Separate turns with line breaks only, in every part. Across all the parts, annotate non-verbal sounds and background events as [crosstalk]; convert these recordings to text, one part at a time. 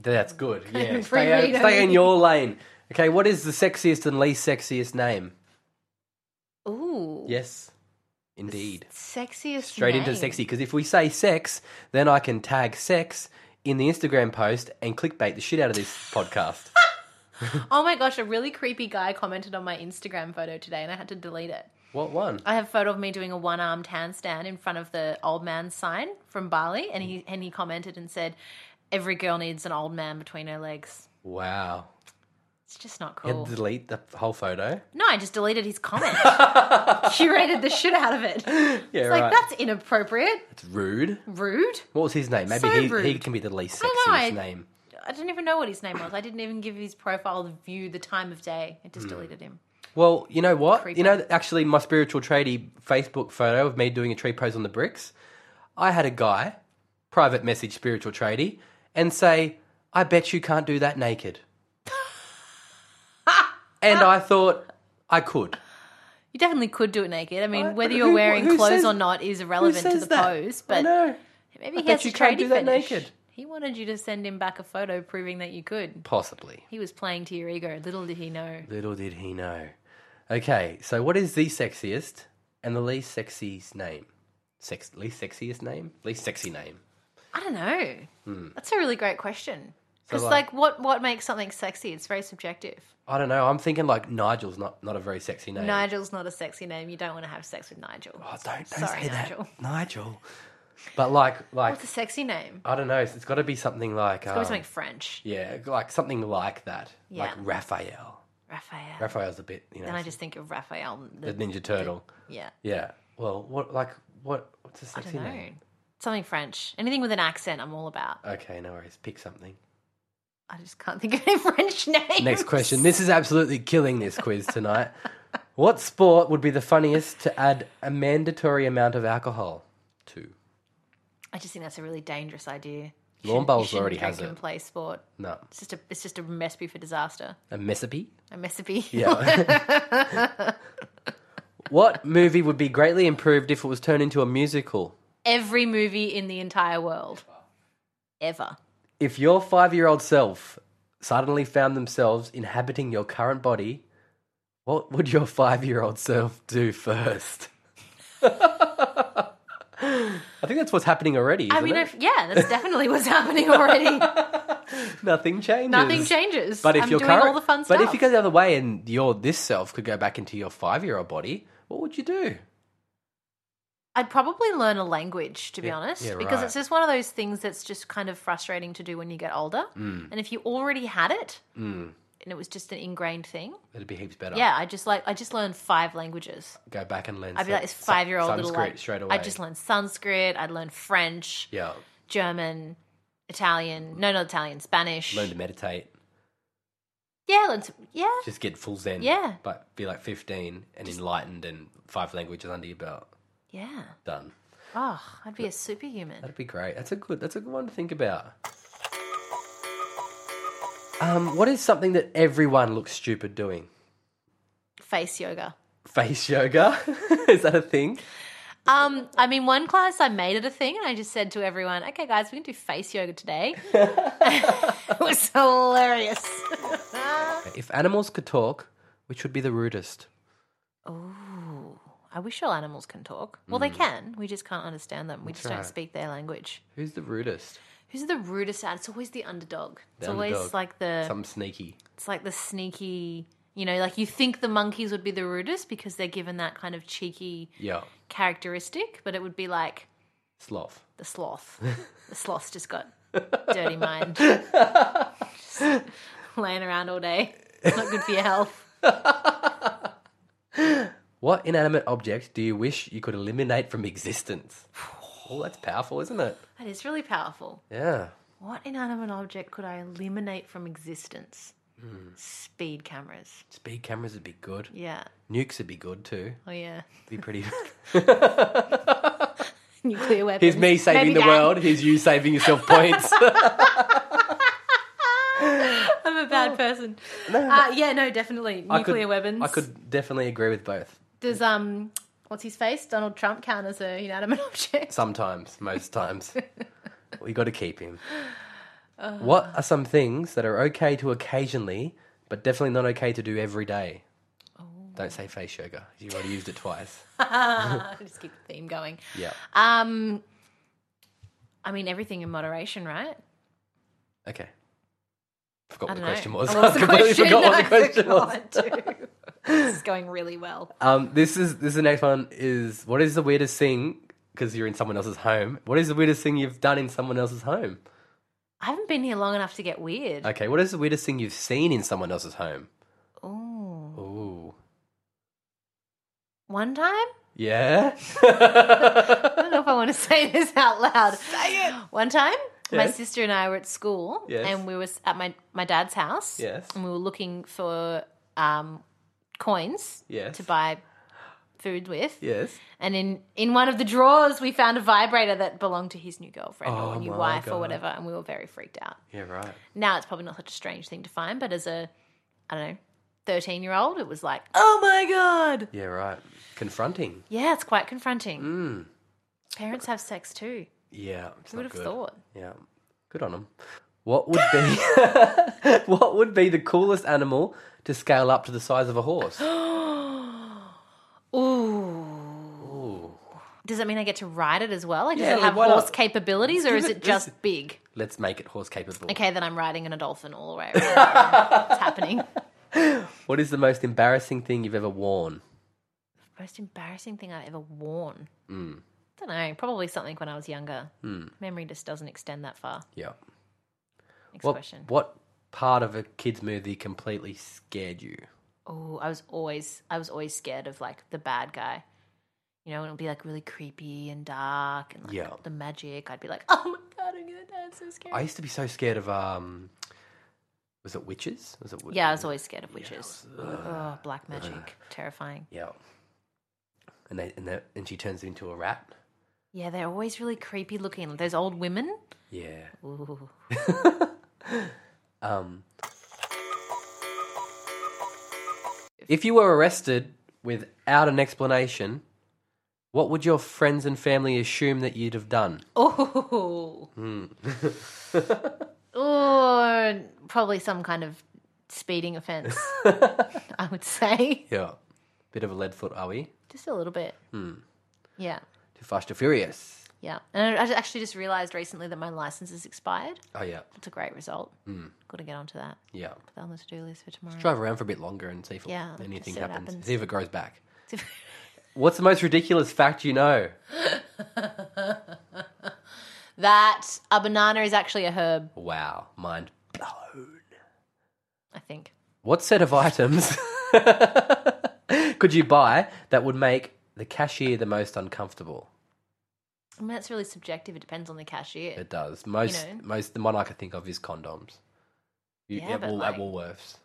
That's good. Yeah,
of
stay,
freeway
out- stay in
only.
your lane. Okay, what is the sexiest and least sexiest name?
Ooh.
Yes, indeed.
Sexiest.
Straight into
name.
sexy because if we say sex, then I can tag sex in the Instagram post and clickbait the shit out of this
[laughs]
podcast.
Oh my gosh, a really creepy guy commented on my Instagram photo today and I had to delete it.
What one?
I have a photo of me doing a one armed handstand in front of the old man's sign from Bali and he and he commented and said, Every girl needs an old man between her legs.
Wow.
It's just not
You had
cool.
to delete the whole photo.
No, I just deleted
[laughs]
his comment. Curated the shit out of it.
Yeah,
It's
right.
like that's inappropriate.
That's rude.
Rude.
What was his name? Maybe
So
he, he
rude.
can be the least
I don't know,
sexiest
I-
name.
I didn't even know what his name was. I didn't even give his profile the view, the time of day. It
Hmm.
just deleted him.
Well, you know what?
Creeper.
You know, actually, my spiritual tradie Facebook photo of me doing a tree pose on the bricks. I had a guy private message spiritual tradie and say, "I bet you can't do that
[laughs]
naked." and I thought I could.
You definitely could do it naked. I mean,
I-
whether
who-
you're wearing
who
clothes
says-
or not is
Who
irrelevant to
says
the
that?
pose,
I
but
know.
maybe he
bet
has
you
a
can't
tradie
do that
fetish.
naked.
He wanted you to send him back a photo proving that you could.
Possibly.
He was playing to your ego. Little did he know.
Little did he know. Okay, so what is the sexiest and the least sexiest name? Sex least sexiest name? Least sexy name.
I don't know. That's a really great question. Because
Hmm. like-
like, what what makes something sexy? It's very subjective.
I don't know. I'm thinking like Nigel's not, not a very sexy name.
Nigel's not a sexy name. You don't want to have sex with Nigel.
Oh, don't don't
Sorry,
say
Nigel.
that, Nigel. But like, like
What's a sexy name?
I don't know. It's, it's got to be something like,
Probably
um,
something French.
yeah, like something like that,
Yeah.
like Raphael.
Raphael.
Raphael's a bit, you know,
Then I just think of Raphael.
the
The,
Ninja Turtle.
yeah.
Yeah. Well, what like what? What's a
I
sexy
don't know.
name?
Something French. Anything with an accent, I'm all about.
Okay, no worries. Pick something.
I just can't think of any [laughs] French names. [laughs]
Next question. This is absolutely killing this quiz tonight. what sport would be the funniest to add a mandatory amount of alcohol to?
I just think that's a really dangerous idea. You
Lawn
shouldn't-
bowls
you shouldn't
already
drink
has
and
it.
play sport.
No,
It's just a it's just a recipe for disaster.
a recipe.
A recipe.
Yeah. [laughs] what movie would be greatly improved if it was turned into a musical?
[laughs] Every movie in the entire world, ever.
If your five year old self suddenly found themselves inhabiting your current body, what would your five year old self do first? [laughs] I think that's what's happening already. Isn't
I mean,
it?
if, yeah,
[laughs]
that's definitely what's happening already.
nothing changes.
Nothing changes.
But if
I'm
you're
doing all the fun stuff.
but if you go the other way and your this self could go back into your five year old body, what would you do?
I'd probably learn a language, to be
Yeah,
honest,
yeah,
because
right.
it's just one of those things that's just kind of frustrating to do when you get older. Mm. And if you already had it,
Mm.
and it was just an ingrained thing,
It'd be heaps better.
yeah, I just like I just learned five languages.
Go back and learn.
I'd
sun-
be like this five year old
sun-
little
Sanskrit
like
straight away.
I just learned Sanskrit. I'd learn French,
Yeah.
German, Italian. No, not Italian. Spanish.
Learn to meditate.
yeah, learn some, yeah.
Just get full Zen.
Yeah.
But be like 15 and enlightened and five languages under your belt.
Yeah.
Done.
Oh, I'd be a superhuman.
That'd be great. That's a good. That's a good one to think about. Um, what is something that everyone looks stupid doing?
Face yoga.
Face yoga. [laughs] is that a thing?
Um, I mean, one class I made it a thing, and I just said to everyone, "Okay, guys, we can do face
[laughs]
yoga today." it was hilarious.
If animals could talk, which would be the rudest?
I wish all animals can talk. Well, they can. We just can't understand them. We just
Mm. right.
don't speak their language.
Who's the rudest?
Who's the rudest? At? It's always the underdog. It's
The
always
underdog.
like the
Some sneaky.
it's like the sneaky. You know, like you think the monkeys would be the rudest because they're given that kind of cheeky
Yeah.
characteristic, but it would be like
Sloth. [laughs]
the sloth. the sloth's just got dirty mind. Just laying around all day. It's not good for your health.
What inanimate object do you wish you could eliminate from existence? Oh, that's powerful, isn't it?
That is really powerful.
Yeah.
What inanimate object could I eliminate from existence?
Hmm.
Speed cameras.
Speed cameras would be good.
Yeah.
Nukes would be good too.
Oh yeah.
Be pretty.
[laughs]
[laughs]
Nuclear weapons.
Here's me saving
Maybe
the
that.
world. Here's you saving
[laughs]
yourself points.
I'm a bad person. uh, yeah, no, definitely.
I could-
Nuclear weapons.
I could definitely agree with both.
Does um what's his face? Donald Trump count as [laughs] a inanimate
[laughs]
object? [sighs]
Sometimes, most times, we got to keep him. What are some things that are okay to occasionally, but definitely not okay to do every day?
Oh.
Don't say face yoga. You already used it twice.
Just keep the theme going.
Yeah.
Um, I mean, everything in moderation, right?
Okay. Forgot
I
what the
don't
question
know.
was.
Oh,
[laughs]
what's
I
the
completely
question? [laughs]
forgot what the
I
question was.
forgot too. this is going really well.
Um, this is this is the next one is what is the weirdest thing because you're in someone else's home. What is the weirdest thing you've done in someone else's home?
I haven't been here long enough to get weird.
Okay, what is the weirdest thing you've seen in someone else's home?
Ooh.
Ooh,
One time?
yeah. [laughs]
I don't know if I want to say this out loud. [laughs] Say it. One time, my
Yes.
sister and I were at school,
Yes.
and we were s- at my my dad's house.
Yes.
and we were looking for um, coins.
Yes.
to buy food with.
yes.
And in in one of the drawers, we found a vibrator that belonged to his new girlfriend
Oh
or new
my
wife
God.
or whatever, and we were very freaked out.
Yeah. Right.
Now it's probably not such a strange thing to find, but as a I don't know. 13 year old, it was like, oh my God.
Yeah. Right. Confronting.
Yeah, it's quite confronting. Parents have sex too.
Yeah. It's
Who
Hmm. not
would have
good.
thought? [gasps]
Yeah. Good on them. What would be what would be [laughs] the coolest animal to scale up to the size of a
[gasps]
horse?
Ooh.
Ooh.
Does that mean I get to ride it as well? Like, does
Yeah,
it
like,
have
why
horse
not?
capabilities or
Give
is
it-
it just
listen.
big?
Let's make it horse capable.
Okay, then I'm riding in a dolphin all the way
[laughs]
around. it's happening.
What is the most embarrassing thing you've ever worn?
Most embarrassing thing I've ever worn.
Mm.
Don't know. Probably something when I was younger. Memory just doesn't extend that far.
Yeah.
Next
What,
question.
what part of a kids movie completely scared you?
Oh, I was always I was always scared of like the bad guy. You know, and it'll be like really creepy and dark and like
Yeah.
the magic. I'd be like, [laughs] oh my god, I'm gonna die. It's so scary.
I used to be so scared of um was it witches? Was it wi-
yeah, I was always scared of witches. oh, black magic, terrifying.
Yeah. And they and they, and she turns into a rat.
Yeah, they're always really creepy looking. Like those old women.
Yeah.
Ooh.
Um If you were arrested without an explanation, what would your friends and family assume that you'd have done?
Oh. [laughs] or probably some kind of speeding offense, I would say.
Yeah. Bit of a lead foot, are we?
Just a little bit. Yeah.
Too fast, too furious.
Yeah. And I I actually just realized recently that my license is expired.
Oh yeah,
That's a great result. Got to get onto that.
yeah.
Put that on the to do list for tomorrow. [laughs]
Drive around for a bit longer and see if
Yeah,
anything
see what
happens.
happens.
See if it grows back. What's the most ridiculous fact you know?
that a banana is actually a herb,
Wow, mind blown.
I think.
What set of items [laughs] could you buy that would make the cashier the most uncomfortable?
I mean, that's really subjective. It depends on the cashier.
It does. Most
know.
most the one I can think of is condoms. You,
Yeah,
at,
but
Wool,
like-
at Woolworths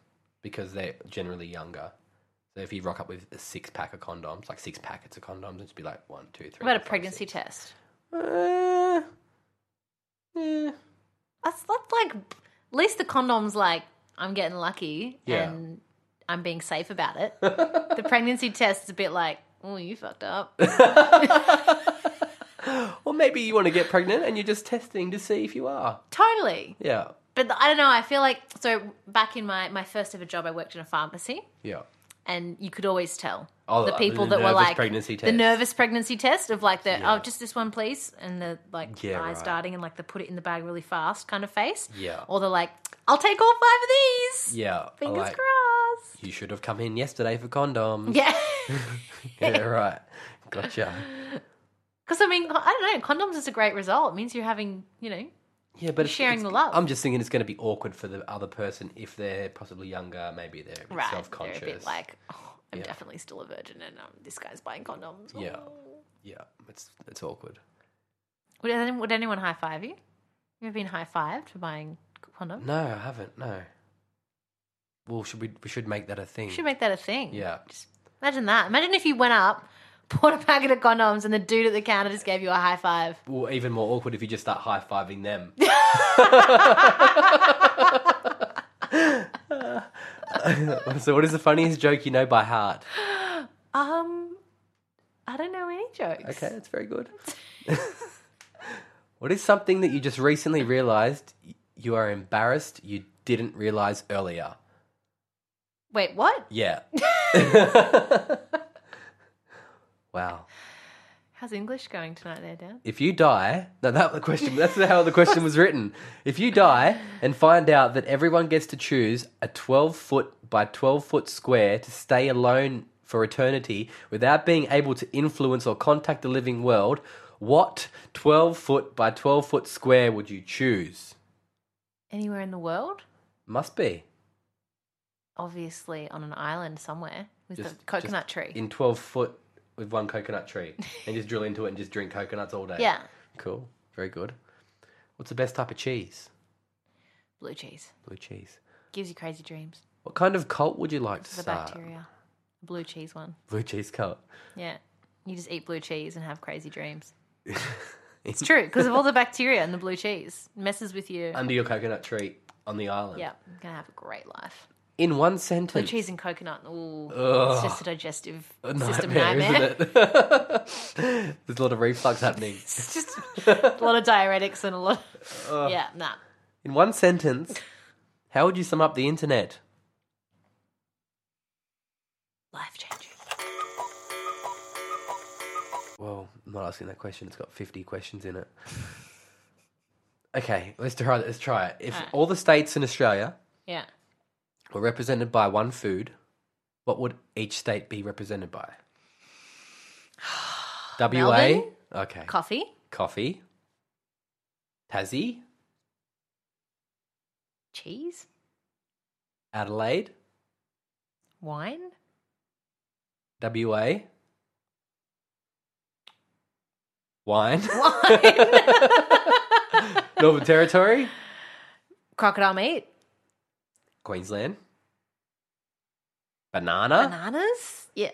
because they're generally younger. So if you rock up with a six pack of condoms, like six packets of condoms, it'd be like one, two, three.
what about a
four, five,
pregnancy
six.
test?
Uh, eh.
That's, that's like, at least the condom's like, I'm getting lucky
Yeah.
and I'm being safe about it. [laughs] the pregnancy test is a bit like, oh, you
[laughs]
fucked up.
Or maybe you want to get pregnant and you're just testing to see if you are.
totally.
Yeah.
But I don't know. I feel like, so back in my, my first ever job, I worked in a pharmacy.
Yeah.
and you could always tell
Oh,
the
the-
people
the
that were
nervous
like
pregnancy
the
test.
nervous pregnancy test of like the oh just this one please and the like
Yeah,
eyes
right.
darting and like the put it in the bag really fast kind of face
Yeah.
or the like I'll take all five of these
Yeah.
fingers
like,
crossed
You should have come in yesterday for condoms.
[laughs] yeah
yeah, [laughs] right. Gotcha.
because I mean I don't know condoms is a great result it means you're having you know
Yeah, but it's,
sharing
it's-
the love.
I'm just thinking it's going to be awkward for the other person if they're possibly younger. Maybe they're a bit
right they're
self-conscious.
a bit like oh, I'm definitely still a virgin and um, this guy's buying condoms
Yeah.
Oh.
yeah, it's it's awkward.
would, any- would anyone high five you you ever been high fived for buying condoms
No, I haven't. No. Well, should we we should make that a thing?
should make that a thing
yeah.
Imagine that. Imagine if you went up, [laughs] bought a packet of condoms, and the dude at the counter just gave you a high five.
Well, even more awkward if you just start high fiving
[laughs]
them. [laughs] so, what is the funniest joke you know by heart?
Um, I don't know any jokes.
Okay, [laughs] that's very good. what is something that you just recently realized you are embarrassed you didn't realize earlier.
Wait, what?
Yeah. wow.
How's English going tonight there, Dan?
If you die, no, that was the question. That's how the question was written. If you die and find out that everyone gets to choose a 12 foot by 12 foot square to stay alone for eternity without being able to influence or contact the living world, what 12 foot by 12 foot square would you choose?
Anywhere in the world?
Must be
Obviously on an island somewhere with
Just-
the coconut tree.
in 12 foot with one coconut tree and just drill into it and just drink coconuts all day.
yeah.
Cool. Very good. What's the best type of cheese?
Blue cheese.
Blue cheese.
Gives you crazy dreams.
What kind of cult would you like to
The
start?
bacteria. Blue cheese one.
Blue cheese cult.
Yeah. You just eat blue cheese and have crazy
[laughs]
dreams. it's true because of all the bacteria in the blue cheese. messes with you.
Under your coconut tree on the island.
yeah, I'm going to have a great life.
In one
Blue
sentence.
cheese and coconut. Ooh, it's just a digestive
[laughs] A
system nightmare. [laughs]
isn't it? [laughs] There's a lot of reflux happening.
It's just a lot of diuretics and a lot. Of, yeah, nah.
In one sentence, how would you sum up the internet?
Life changing.
Well, I'm not asking that question. It's got 50 questions in it. [laughs] Okay, let's try it. Let's try it. If
Alright.
all the states in Australia
Yeah.
were represented by one food, what would each state be represented
[sighs]
by? WA.
Melbourne?
Okay.
Coffee.
Coffee. Tassie.
Cheese.
Adelaide.
Wine.
WA. Wine. [laughs] Northern Territory.
Crocodile meat.
Queensland. Banana.
Bananas. Yeah.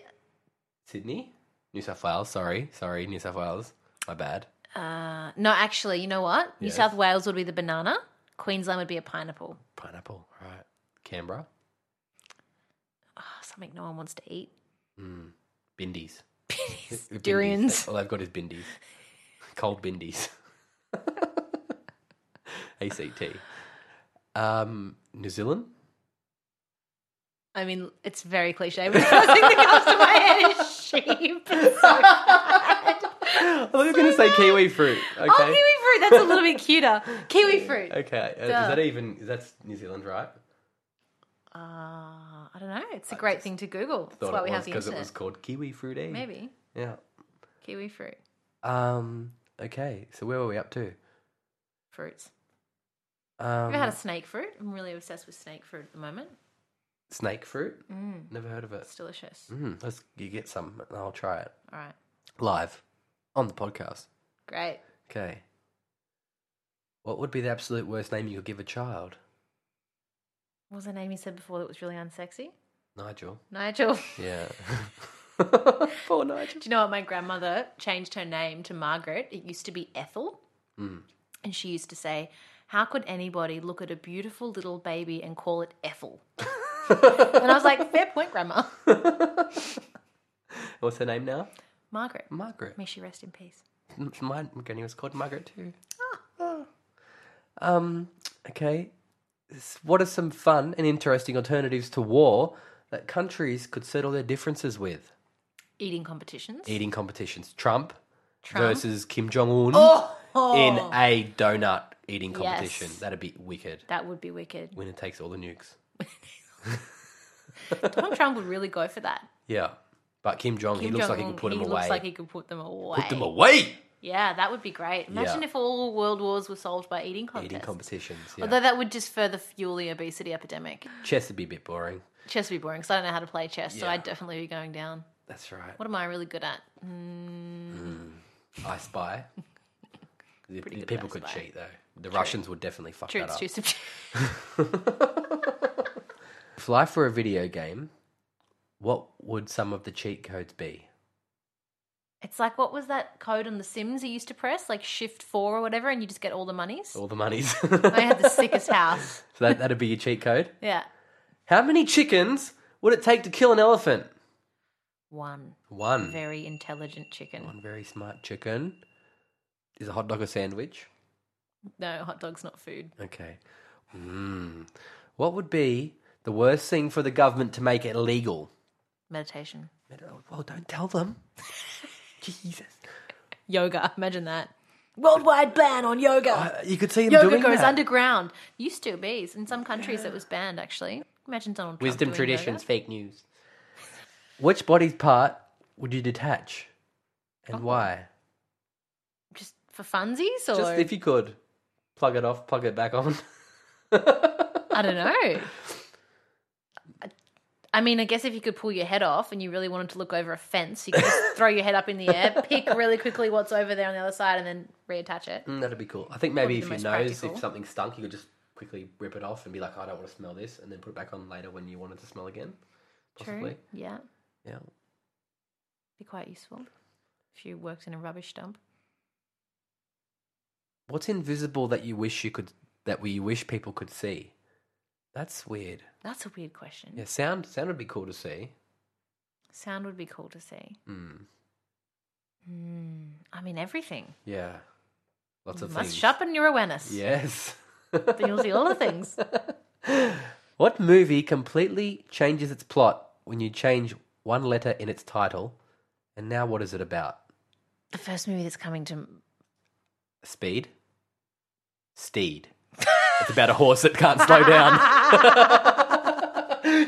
Sydney. New South Wales. Sorry. Sorry, New South Wales. My bad.
Uh, no, actually, you know what? New
Yes.
South Wales would be the banana. Queensland would be a pineapple.
Pineapple. Right. Canberra.
Oh, something no one wants to eat.
Bindies. [laughs] Bindies.
Durians.
All I've got is bindies. Cold bindies. [laughs] ACT. Um, New Zealand. [laughs]
I mean, it's very cliche. But [laughs] the first thing that comes to my head is sheep. It's [laughs] so bad.
I thought you were going to say kiwi fruit. Okay.
Oh, kiwi fruit. That's a little bit cuter. Kiwi fruit.
Okay. Uh, is
Duh.
that even? That's New Zealand, right?
Uh, I don't know. It's a great thing to Google. That's
Thought
why
it
we
was
have the
because
internet.
it was called kiwi fruit. eh?
Maybe
Yeah.
kiwi fruit.
Um. Okay. So where were we up to?
Fruits.
Um,
Have you ever had a snake fruit? I'm really obsessed with snake fruit at the moment.
snake fruit.
Mm,
Never heard of it.
it's delicious.
Mm, let's you get some. and I'll try it
All right.
live on the podcast.
Great.
Okay. What would be the absolute worst name you could give a child?
What was the name you said before that was really unsexy?
Nigel.
Nigel. [laughs]
Yeah. [laughs] Poor Nigel.
Do you know what? My grandmother changed her name to Margaret. It used to be Ethel.
Hmm.
And she used to say, How could anybody look at a beautiful little baby and call it Ethel? and I was like, Fair point, Grandma.
[laughs]
[laughs]
What's her name now?
Margaret.
Margaret.
May she rest in peace.
M- My granny was called Margaret too. Ah. Um. Okay. S- What are some fun and interesting alternatives to war that countries could settle their differences with?
Eating competitions.
Eating competitions. Trump,
Trump.
versus Kim Jong Un
Oh,
in a donut eating competition.
Yes.
That'd be wicked.
that would be wicked.
Winner takes all the nukes.
Donald Trump would really go for that.
Yeah. But Kim Jong, he
Kim
looks like he
Jong-un,
could put
he
him away.
looks like he could put them away.
Put them away.
Yeah, that would be great. Imagine if all world wars were solved by eating contests.
Eating competitions. Yeah.
Although that would just further fuel the obesity epidemic.
Chess would be a bit boring.
Chess would be boring because I don't know how to play chess, so
Yeah.
I'd definitely be going down.
That's right.
What am I really good at?
I
[laughs]
Spy. The- the
good
people
I
could
Spy.
cheat though. The Russians would definitely fuck that
Truth's
up.
too subjective.
[laughs] If life were a video game, what would some of the cheat codes be?
[laughs] It's like what was that code on The Sims you used to press, like Shift Four or whatever, and you just get all the monies.
All the monies.
[laughs] I
so
had
[laughs]
the sickest house.
that, that'd be your cheat code.
Yeah,
How many chickens would it take to kill an elephant?
one
One.
very intelligent chicken.
One very smart chicken. Is a hot dog a sandwich?
No, hot dog's not food.
Okay. Mm. What would be the worst thing for the government to make it illegal?
Meditation.
Well, don't tell them. [laughs] Jesus.
Yoga. [laughs] Imagine that. Worldwide ban on yoga.
Uh, you could see them
yoga
doing
goes
that.
underground. Used to be. In some countries, it was banned, actually. Imagine Donald Trump.
Wisdom
doing
traditions,
yoga.
fake news. Which body part would you detach, and why?
Just for funsies? Or,
Just if you could plug it off, plug it back on. [laughs]
I don't know. I- I mean, I guess if you could pull your head off and you really wanted to look over a fence, you
[laughs]
could just throw your head up in the air, pick really quickly what's over there on the other side, and then reattach it.
Mm, That'd be cool. I think maybe
Probably the
if your
most
nose,
practical.
if something stunk, you could just quickly rip it off and be like, "Oh, I don't want to smell this, and then put it back on later when you wanted to smell again. Possibly.
True. Yeah.
Yeah.
Be quite useful if you worked in a rubbish dump.
What's invisible that you wish you could that we wish people could see? That's weird.
That's a weird question.
Yeah, sound sound would be cool to see.
Sound would be cool to see.
Mm.
Mm, I mean, everything.
Yeah. Lots of
Must
things.
sharpen your awareness.
Yes.
Then you'll see
[laughs]
all the things.
what movie completely changes its plot when you change one letter in its title? And now what is it about?
The first movie that's coming to
Speed. Steed. it's about a horse that can't slow
[laughs]
down.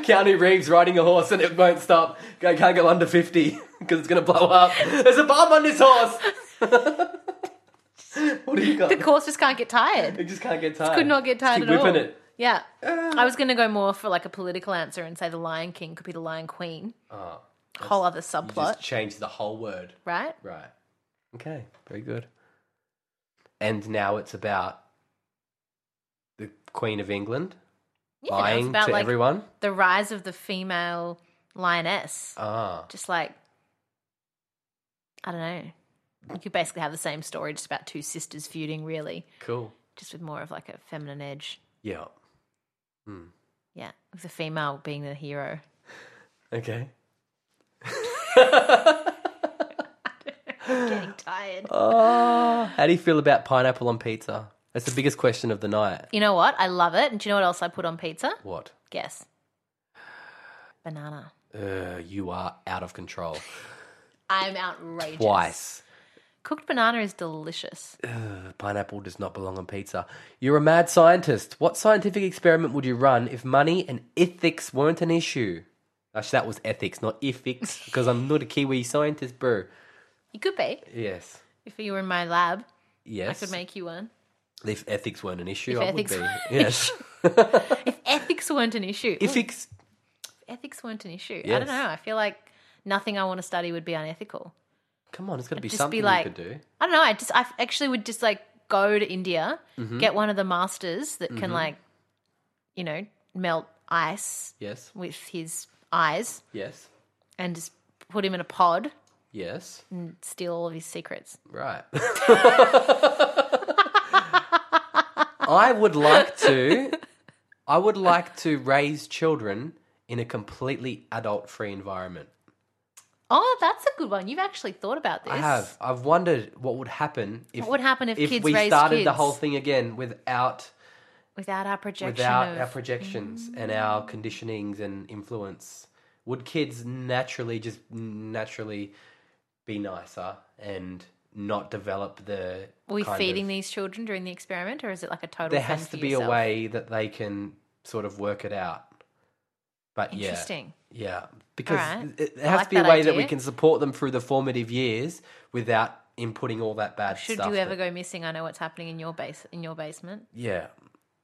Keanu Reeves riding a horse and it won't stop. Go- Can't go under 50 because it's going to blow up. There's a bomb on this
[laughs]
horse. what do you got?
the course just can't get tired.
it just can't get tired.
Could not get tired
Keep
at all.
whipping it. Ah.
Yeah, I was going to go more for like a political answer and say the Lion King could be the Lion Queen.
Oh,
Whole other
you
subplot,
just changed the whole word.
right?
Right. Okay. Very good. And now it's about the Queen of England
Yeah, no,
lying
it's about
to
like
everyone.
the rise of the female lioness.
Ah.
Just like I don't know, you could basically have the same story, just about two sisters feuding, really,
Cool.
just with more of like a feminine edge.
Yeah.
Yeah, with the female being
[gasps]
the hero.
Okay.
Getting tired.
Uh, How do you feel about pineapple on pizza? That's the biggest question of the night.
You know what? I love it. And do you know what else I put on pizza?
What?
Guess. Banana.
Uh, you are out of
[laughs]
control.
I'm outrageous.
Twice.
Cooked banana is delicious.
Uh, pineapple does not belong on pizza. You're a mad scientist. What scientific experiment would you run if money and ethics weren't an issue? Actually, that was ethics, not
[laughs]
ethics, because I'm not a Kiwi scientist, bro.
You could be.
Yes.
If you were in my lab, I
Yes.
could make you one.
if ethics weren't an issue,
If
I
ethics
would
weren't
be.
an
Yes.
If ethics weren't an issue. Ooh,
ethics.
if ethics weren't an issue. I
Yes.
don't know. I feel like nothing I want to study would be unethical.
Come on, it's got to be
Just be
something
like-
you could do.
I don't know. I just I actually would just like go to India,
Mm-hmm.
get one of the masters that can like you know, melt ice
Yes.
with his eyes
Yes.
and just put him in a pod
Yes.
and steal all of his secrets.
Right. [laughs] I would like to I would like to raise children in a completely adult-free environment.
Oh, that's a good one. You've actually thought about this.
I have I've wondered what would happen if
What would happen if,
if
kids
we
raised
started
kids
the whole thing again without
without our projection
without
of Mm.
our projections and our conditionings and influence? Would kids naturally just naturally be nicer and not develop the
Are we
kind
feeding
of-
these children during the experiment, or is it like a total?
there
fend
has to
for
be
yourself?
a way that they can sort of work it out. But
Interesting.
yeah, yeah, because
Alright.
it, it has
like
to be a
that
way that we
idea.
can support them through the formative years without inputting all that bad
Should
stuff.
you ever
that-
go missing, I know what's happening in your base in your basement.
Yeah,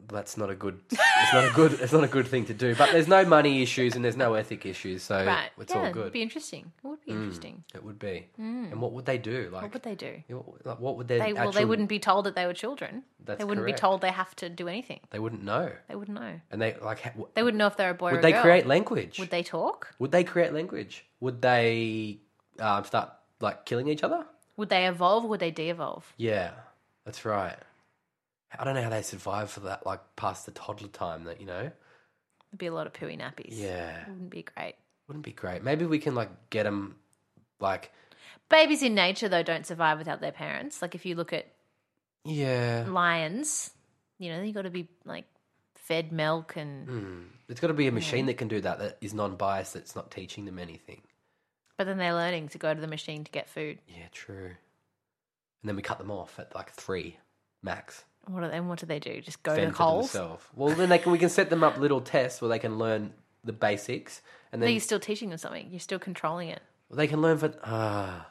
that's not a good. It's not a good. It's not a good thing to do. But there's no money issues and there's no ethic issues, so
Right?
it's
yeah,
all
It'd
good. Mm.
be interesting. It would be interesting.
It would be. And what would they do? Like,
What would they do?
you know, like, what would their
They, well, they
actual-
wouldn't be told that they were children.
That's
they wouldn't
correct.
be told they have to do anything.
They wouldn't know,
They wouldn't know.
and they like. Ha- w-
They wouldn't know if they're a boy or
would
a
they
girl.
create language?
Would they talk?
Would they create language? Would they um, start like killing each other?
Would they evolve? Would they de-evolve?
Yeah, that's right. I don't know how they survive for that, like past the toddler time. That you know,
There'd be a lot of pooey nappies.
yeah,
wouldn't be great.
wouldn't be great. Maybe we can like get them, like
Babies in nature though don't survive without their parents. Like if you look at
Yeah.
lions, you know, you got to be like fed milk and.
Hmm. There's got to be a machine that can do that that is non biased, that's not teaching them anything.
But then they're learning to go to the machine to get food.
Yeah, true. And then we cut them off at like three max.
What do they, what do they do? Just go to
fend
the
for
coals?
themselves. Well, then they can, we can set them up little tests where they can learn the basics, and
But
then
you're still teaching them something. You're still controlling it.
they can learn for. Ah,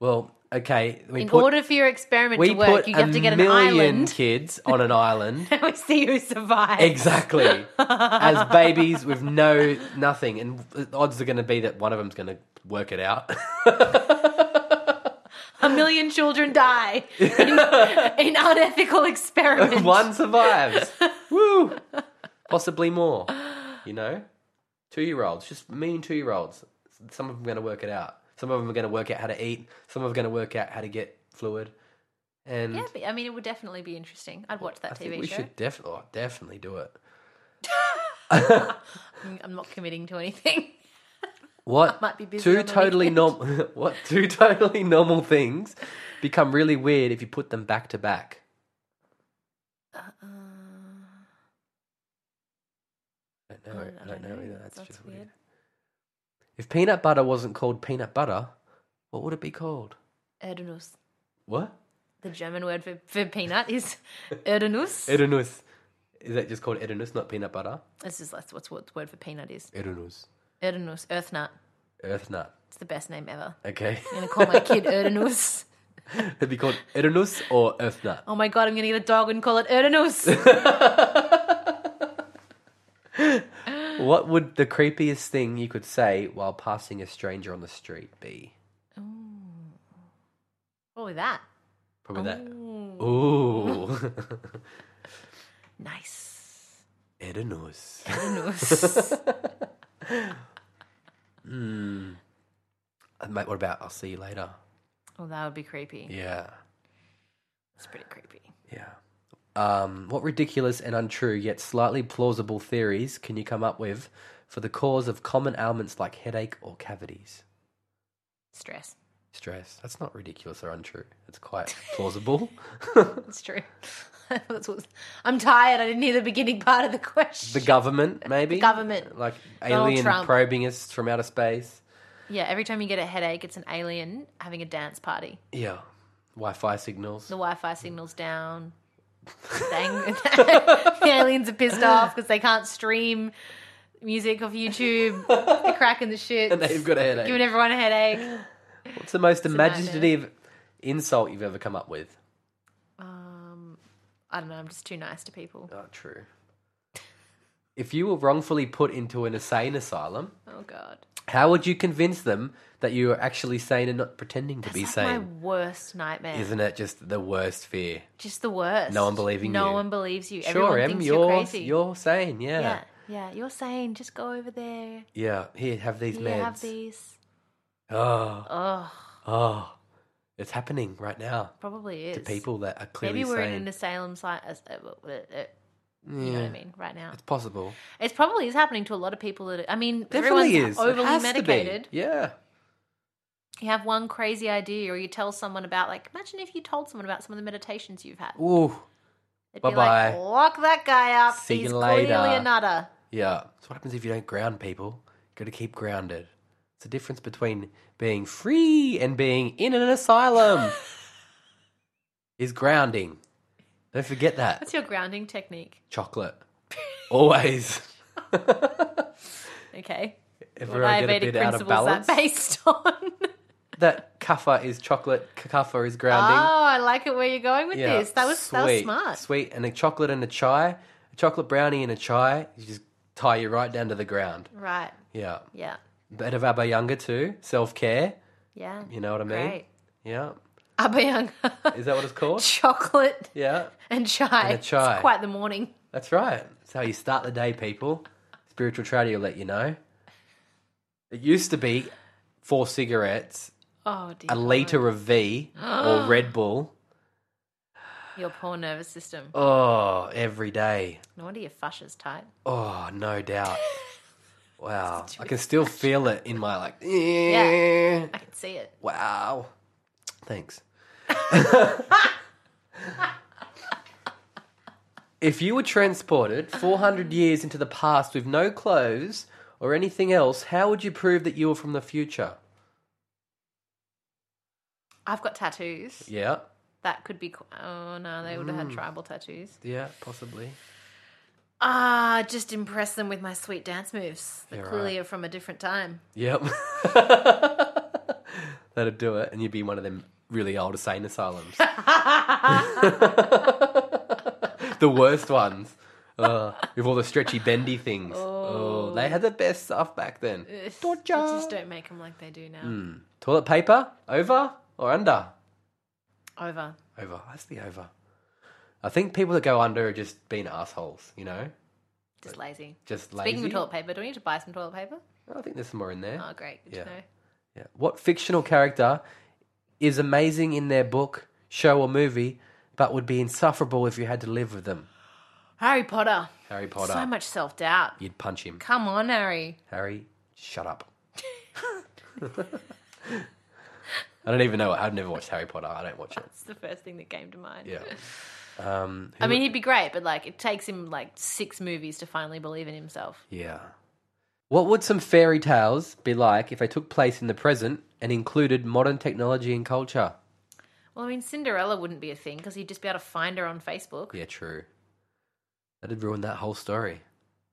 well, okay. We
In
put
order for your experiment
we
to work,
put
you
a
have to get an
million
island. [laughs]
kids on an island.
and we see who survives.
Exactly. As babies with no nothing, and the odds are going to be that one of them's going to work it out. [laughs]
A million children die in,
[laughs]
in unethical experiments.
one survives. Woo! Possibly more. You know, two year olds, just me and two year olds. Some of them are going to work it out. Some of them are going to work out how to eat. Some of them are going to work out how to get fluid. And
Yeah, but, I mean, it would definitely be interesting. I'd watch that
I
TV
think we
show.
should definitely oh, definitely do it.
I'm not committing to anything. [laughs]
What
might be busy
two
on the
totally
[laughs]
normal [laughs] what two totally normal things become really weird if you put them back to back.
Uh,
I don't know.
Mm,
I don't, know. either. That's, just weird. If peanut butter wasn't called peanut butter, what would it be called?
Erdnuss.
What?
The German word for, for peanut is Erdnuss.
Erdnuss. Is that just called Erdnuss, not peanut butter?
This is that's what's what the word for peanut is.
Erdnuss.
Erdnuss, earth nut.
Earth nut.
It's the best name ever.
Okay.
I'm gonna call
[laughs]
my kid Erdnuss.
It'd be called Erdnuss or Earth
[laughs]
nut.
Oh my god, I'm gonna get a dog and call it Erdnuss.
What would the creepiest thing you could say while passing a stranger on the street be?
Probably that.
Probably that.
Oh.
Ooh. [laughs]
Nice.
Erdnuss. [laughs]
Erdnuss.
Hmm. Uh, Mate, what about I'll see you later?
well, that would be creepy.
Yeah.
It's pretty creepy.
Yeah. Um, what ridiculous and untrue yet slightly plausible theories can you come up with for the cause of common ailments like headache or cavities?
Stress. [laughs]
Stress. That's not ridiculous or untrue. It's quite plausible.
That's true. [laughs] That's what, I'm tired. I didn't hear the beginning part of the
the
question.
government, maybe?
government.
Like
Donald
alien
Trump.
probing us from outer space.
yeah, every time you get a headache, it's an alien having a dance party.
Yeah. Wi Fi signals.
The Wi Fi signal's down.
[laughs]
The ang- [laughs] the aliens are pissed off because they can't stream music off YouTube. They're cracking the shit,
[laughs] And they've got a headache.
giving everyone a headache.
What's the most
nightmare.
imaginative insult you've ever come up with?
Um, I don't know. I'm just too nice to people.
Not true. If you were wrongfully put into an insane asylum,
Oh god,
How would you convince them that you are actually sane and not pretending to
That's
be
like my
sane?
worst nightmare.
Isn't it just the worst fear?
Just the worst.
No one believing
no
you.
one believes you.
sure,
everyone
Em,
thinks
you're
you're,
you're,
crazy.
sane. Yeah. yeah,
yeah, yeah. You're sane. Just go over there.
Here, have these
You
meds.
have these.
Oh,
Oh,
oh, it's happening right now
probably is
to people that are clearly
Maybe we're
sane.
in an asylum site. as- uh, uh, uh, uh, You know what I mean? Right now,
It's possible.
it's probably is happening to a lot of people. That I mean,
Definitely is.
everyone's
It
overly
has to be.
medicated.
Yeah.
You have one crazy idea, or you tell someone about like. Imagine if you told someone about some of the meditations you've had.
Ooh.
It'd
Bye-bye.
Be like, Lock that guy up.
See you
He's
later."
clearly a nutter.
Yeah. So what happens if you don't ground people? You got to keep grounded. It's the difference between being free and being in an
[laughs]
asylum. is grounding. Don't forget that.
What's your grounding technique?
Chocolate. Always. [laughs]
Okay.
Everyone get a
Diabetic
bit out of
principles that
balance.
based [laughs] on.
That kaffa is chocolate, k- kaffa is grounding.
Oh, I like it where you're going with
Yeah,
this. That was that was
sweet,
smart.
Sweet. And a chocolate and a chai, a chocolate brownie and a chai, you just tie you right down to the ground.
Right.
Yeah.
Yeah.
Bit of Abba Younger too. Self care.
Yeah.
You know what I mean?
Great.
Yeah.
Abayang.
Is that what it's called?
[laughs] Chocolate
Yeah.
and chai.
And a chai.
It's quite the morning.
That's right. That's how you start the day, people. Spiritual tradie will let you know. It used to be four cigarettes,
Oh dear.
a litre of V or Red Bull.
Your poor nervous system.
Oh, every day.
No wonder your fascia's tight.
Oh, no doubt. Wow. I can still feel it in my like "Eh."
I can see it.
Wow. Thanks. If you were transported 400 years into the past with no clothes or anything else, how would you prove that you were from the future?
I've got tattoos.
Yeah,
That could be. qu- Oh no, they would have had
Mm.
tribal tattoos.
yeah, possibly.
Ah, just impress them with my sweet dance moves that
Yeah,
clearly
right.
are from a different time.
Yep. [laughs] That'd do it, and you'd be one of them really old insane asylums. [laughs] the worst ones. Ugh, with all the stretchy, bendy things. Oh. they had the best stuff back then.
Torture. just don't make them like they do now.
Mm. Toilet paper, over or under?
Over.
Over. That's the over. I think people that go under are just being assholes, you know?
Just lazy.
Just lazy.
Speaking of toilet paper, do we need to buy some toilet paper?
I think there's some more in there.
Oh, great. Good
Yeah.
to know.
Yeah. What fictional character is amazing in their book, show, or movie, but would be insufferable if you had to live with them?
Harry Potter.
Harry Potter.
So much self doubt.
You'd punch him.
Come on, Harry.
Harry, shut up. I don't even know. it. I've never watched Harry Potter. I don't watch it.
It's the first thing that came to mind.
Yeah. Um, who-
I mean, he'd be great, but like, it takes him like six movies to finally believe in himself.
yeah. What would some fairy tales be like if they took place in the present and included modern technology and culture?
Well, I mean, Cinderella wouldn't be a thing because he'd just be able to find her on Facebook.
Yeah, true. That'd ruin that whole story.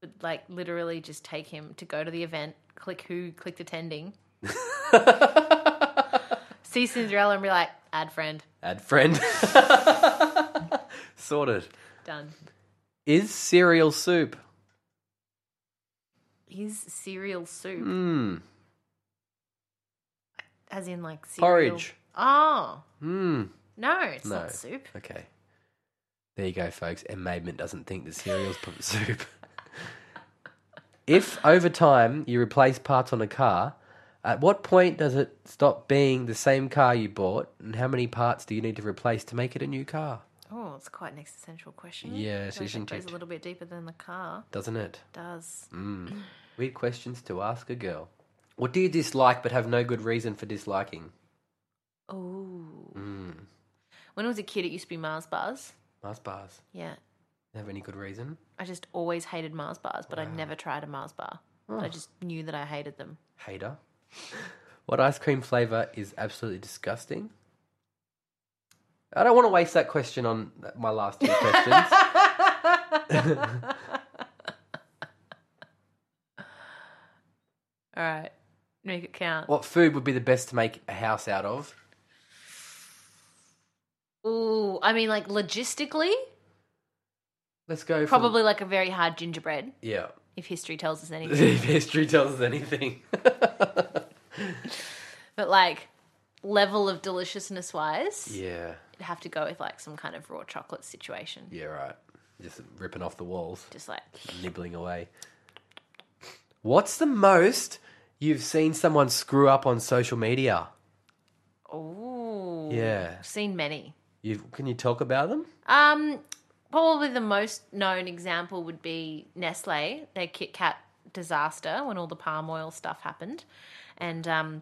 Would like literally just take him to go to the event, click who
[laughs]
clicked attending, see Cinderella, and be like, add friend,
Add friend. [laughs] Sorted.
done.
Is cereal soup?
His cereal soup,
Mmm.
as in like cereal.
Porridge.
Oh
Mmm.
no, it's
No.
not soup.
Okay. There you go, folks. Emmayment doesn't think the cereal's p- [laughs] soup. if over time you replace parts on a car, at what point does it stop being the same car you bought, and how many parts do you need to replace to make it a new car?
Oh, it's quite an existential question.
Yes,
Goes-
isn't
goes
it?
a little bit deeper than the car
Doesn't it? Hmm.
does.
Weird questions to ask a girl. What do you dislike but have no good reason for disliking? Mm.
Oh. When I was a kid, it used to be Mars bars.
Mars bars.
Yeah.
Have any good reason?
I just always hated Mars bars, but I never tried a Mars bar. I just knew that I
[laughs]
hated them.
Hater. What ice cream flavour is absolutely disgusting? I don't want to waste that question on my last two questions.
[laughs] All right. Make it count.
What food would be the best to make a house out of?
Ooh, I mean, like logistically,
Let's go. for-
probably like a very hard gingerbread,
Yeah. [laughs]
if history tells us anything.
if history tells us anything. [laughs]
but like level of deliciousness wise,
yeah.
you'd have to go with like some kind of raw chocolate situation.
Yeah, right. Just ripping off the walls,
Just like
nibbling away. What's the most you've seen someone screw up on social media?
Ooh.
Yeah.
I've seen many.
You've, can you talk about them?
Um, probably the most known example would be Nestle, their Kit Kat disaster when all the palm oil stuff happened. And um,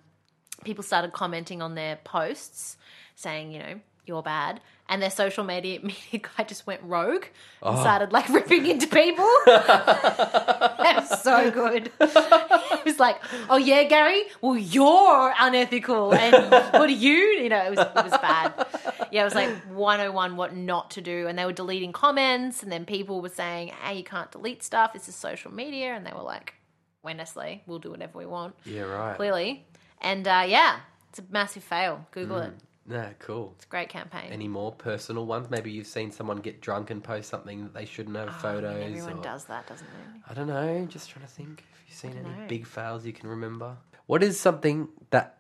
people started commenting on their posts saying, you know, you're bad. And their social media, [laughs] media guy just went rogue and started like ripping into people. [laughs] that was so good. It [laughs] was like, oh yeah, Gary, well, you're unethical. And what are you? You know, it was, it was bad. Yeah, it was like 101 what not to do. And they were deleting comments. And then people were saying, hey, you can't delete stuff. This is social media. And they were like, we're Nestle. We'll do whatever we want
Yeah, right.
clearly. And uh, yeah, it's a massive fail. Google it.
Nah, cool.
It's a great campaign.
Mm. Any more personal ones? Maybe you've seen someone get drunk and post something that they shouldn't have
I
photos.
mean, Ah, everyone
or-
does that, doesn't they?
I don't know. Just trying to think if you've seen any
know.
big fails you can remember. What is something that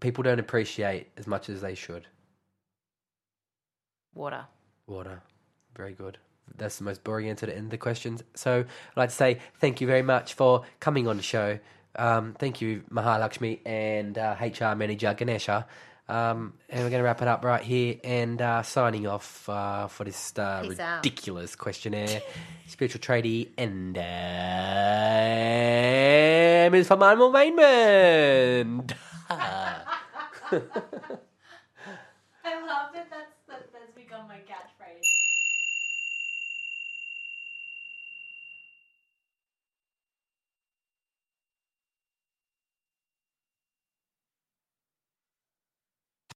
people don't appreciate as much as they should?
Water.
Water. Very good. That's the most boring answer to end the questions. So I'd like to say thank you very much for coming on the show. Um, thank you, Mahalakshmi and uh, HR manager Ganesha. Um, and we're going to wrap it up right here and uh, signing off uh, for this uh,
Peace out.
ridiculous questionnaire, spiritual tradie, and uh, Ms. Pamal [laughs] Raymond.
I love that. That's, that, that's become my catchphrase.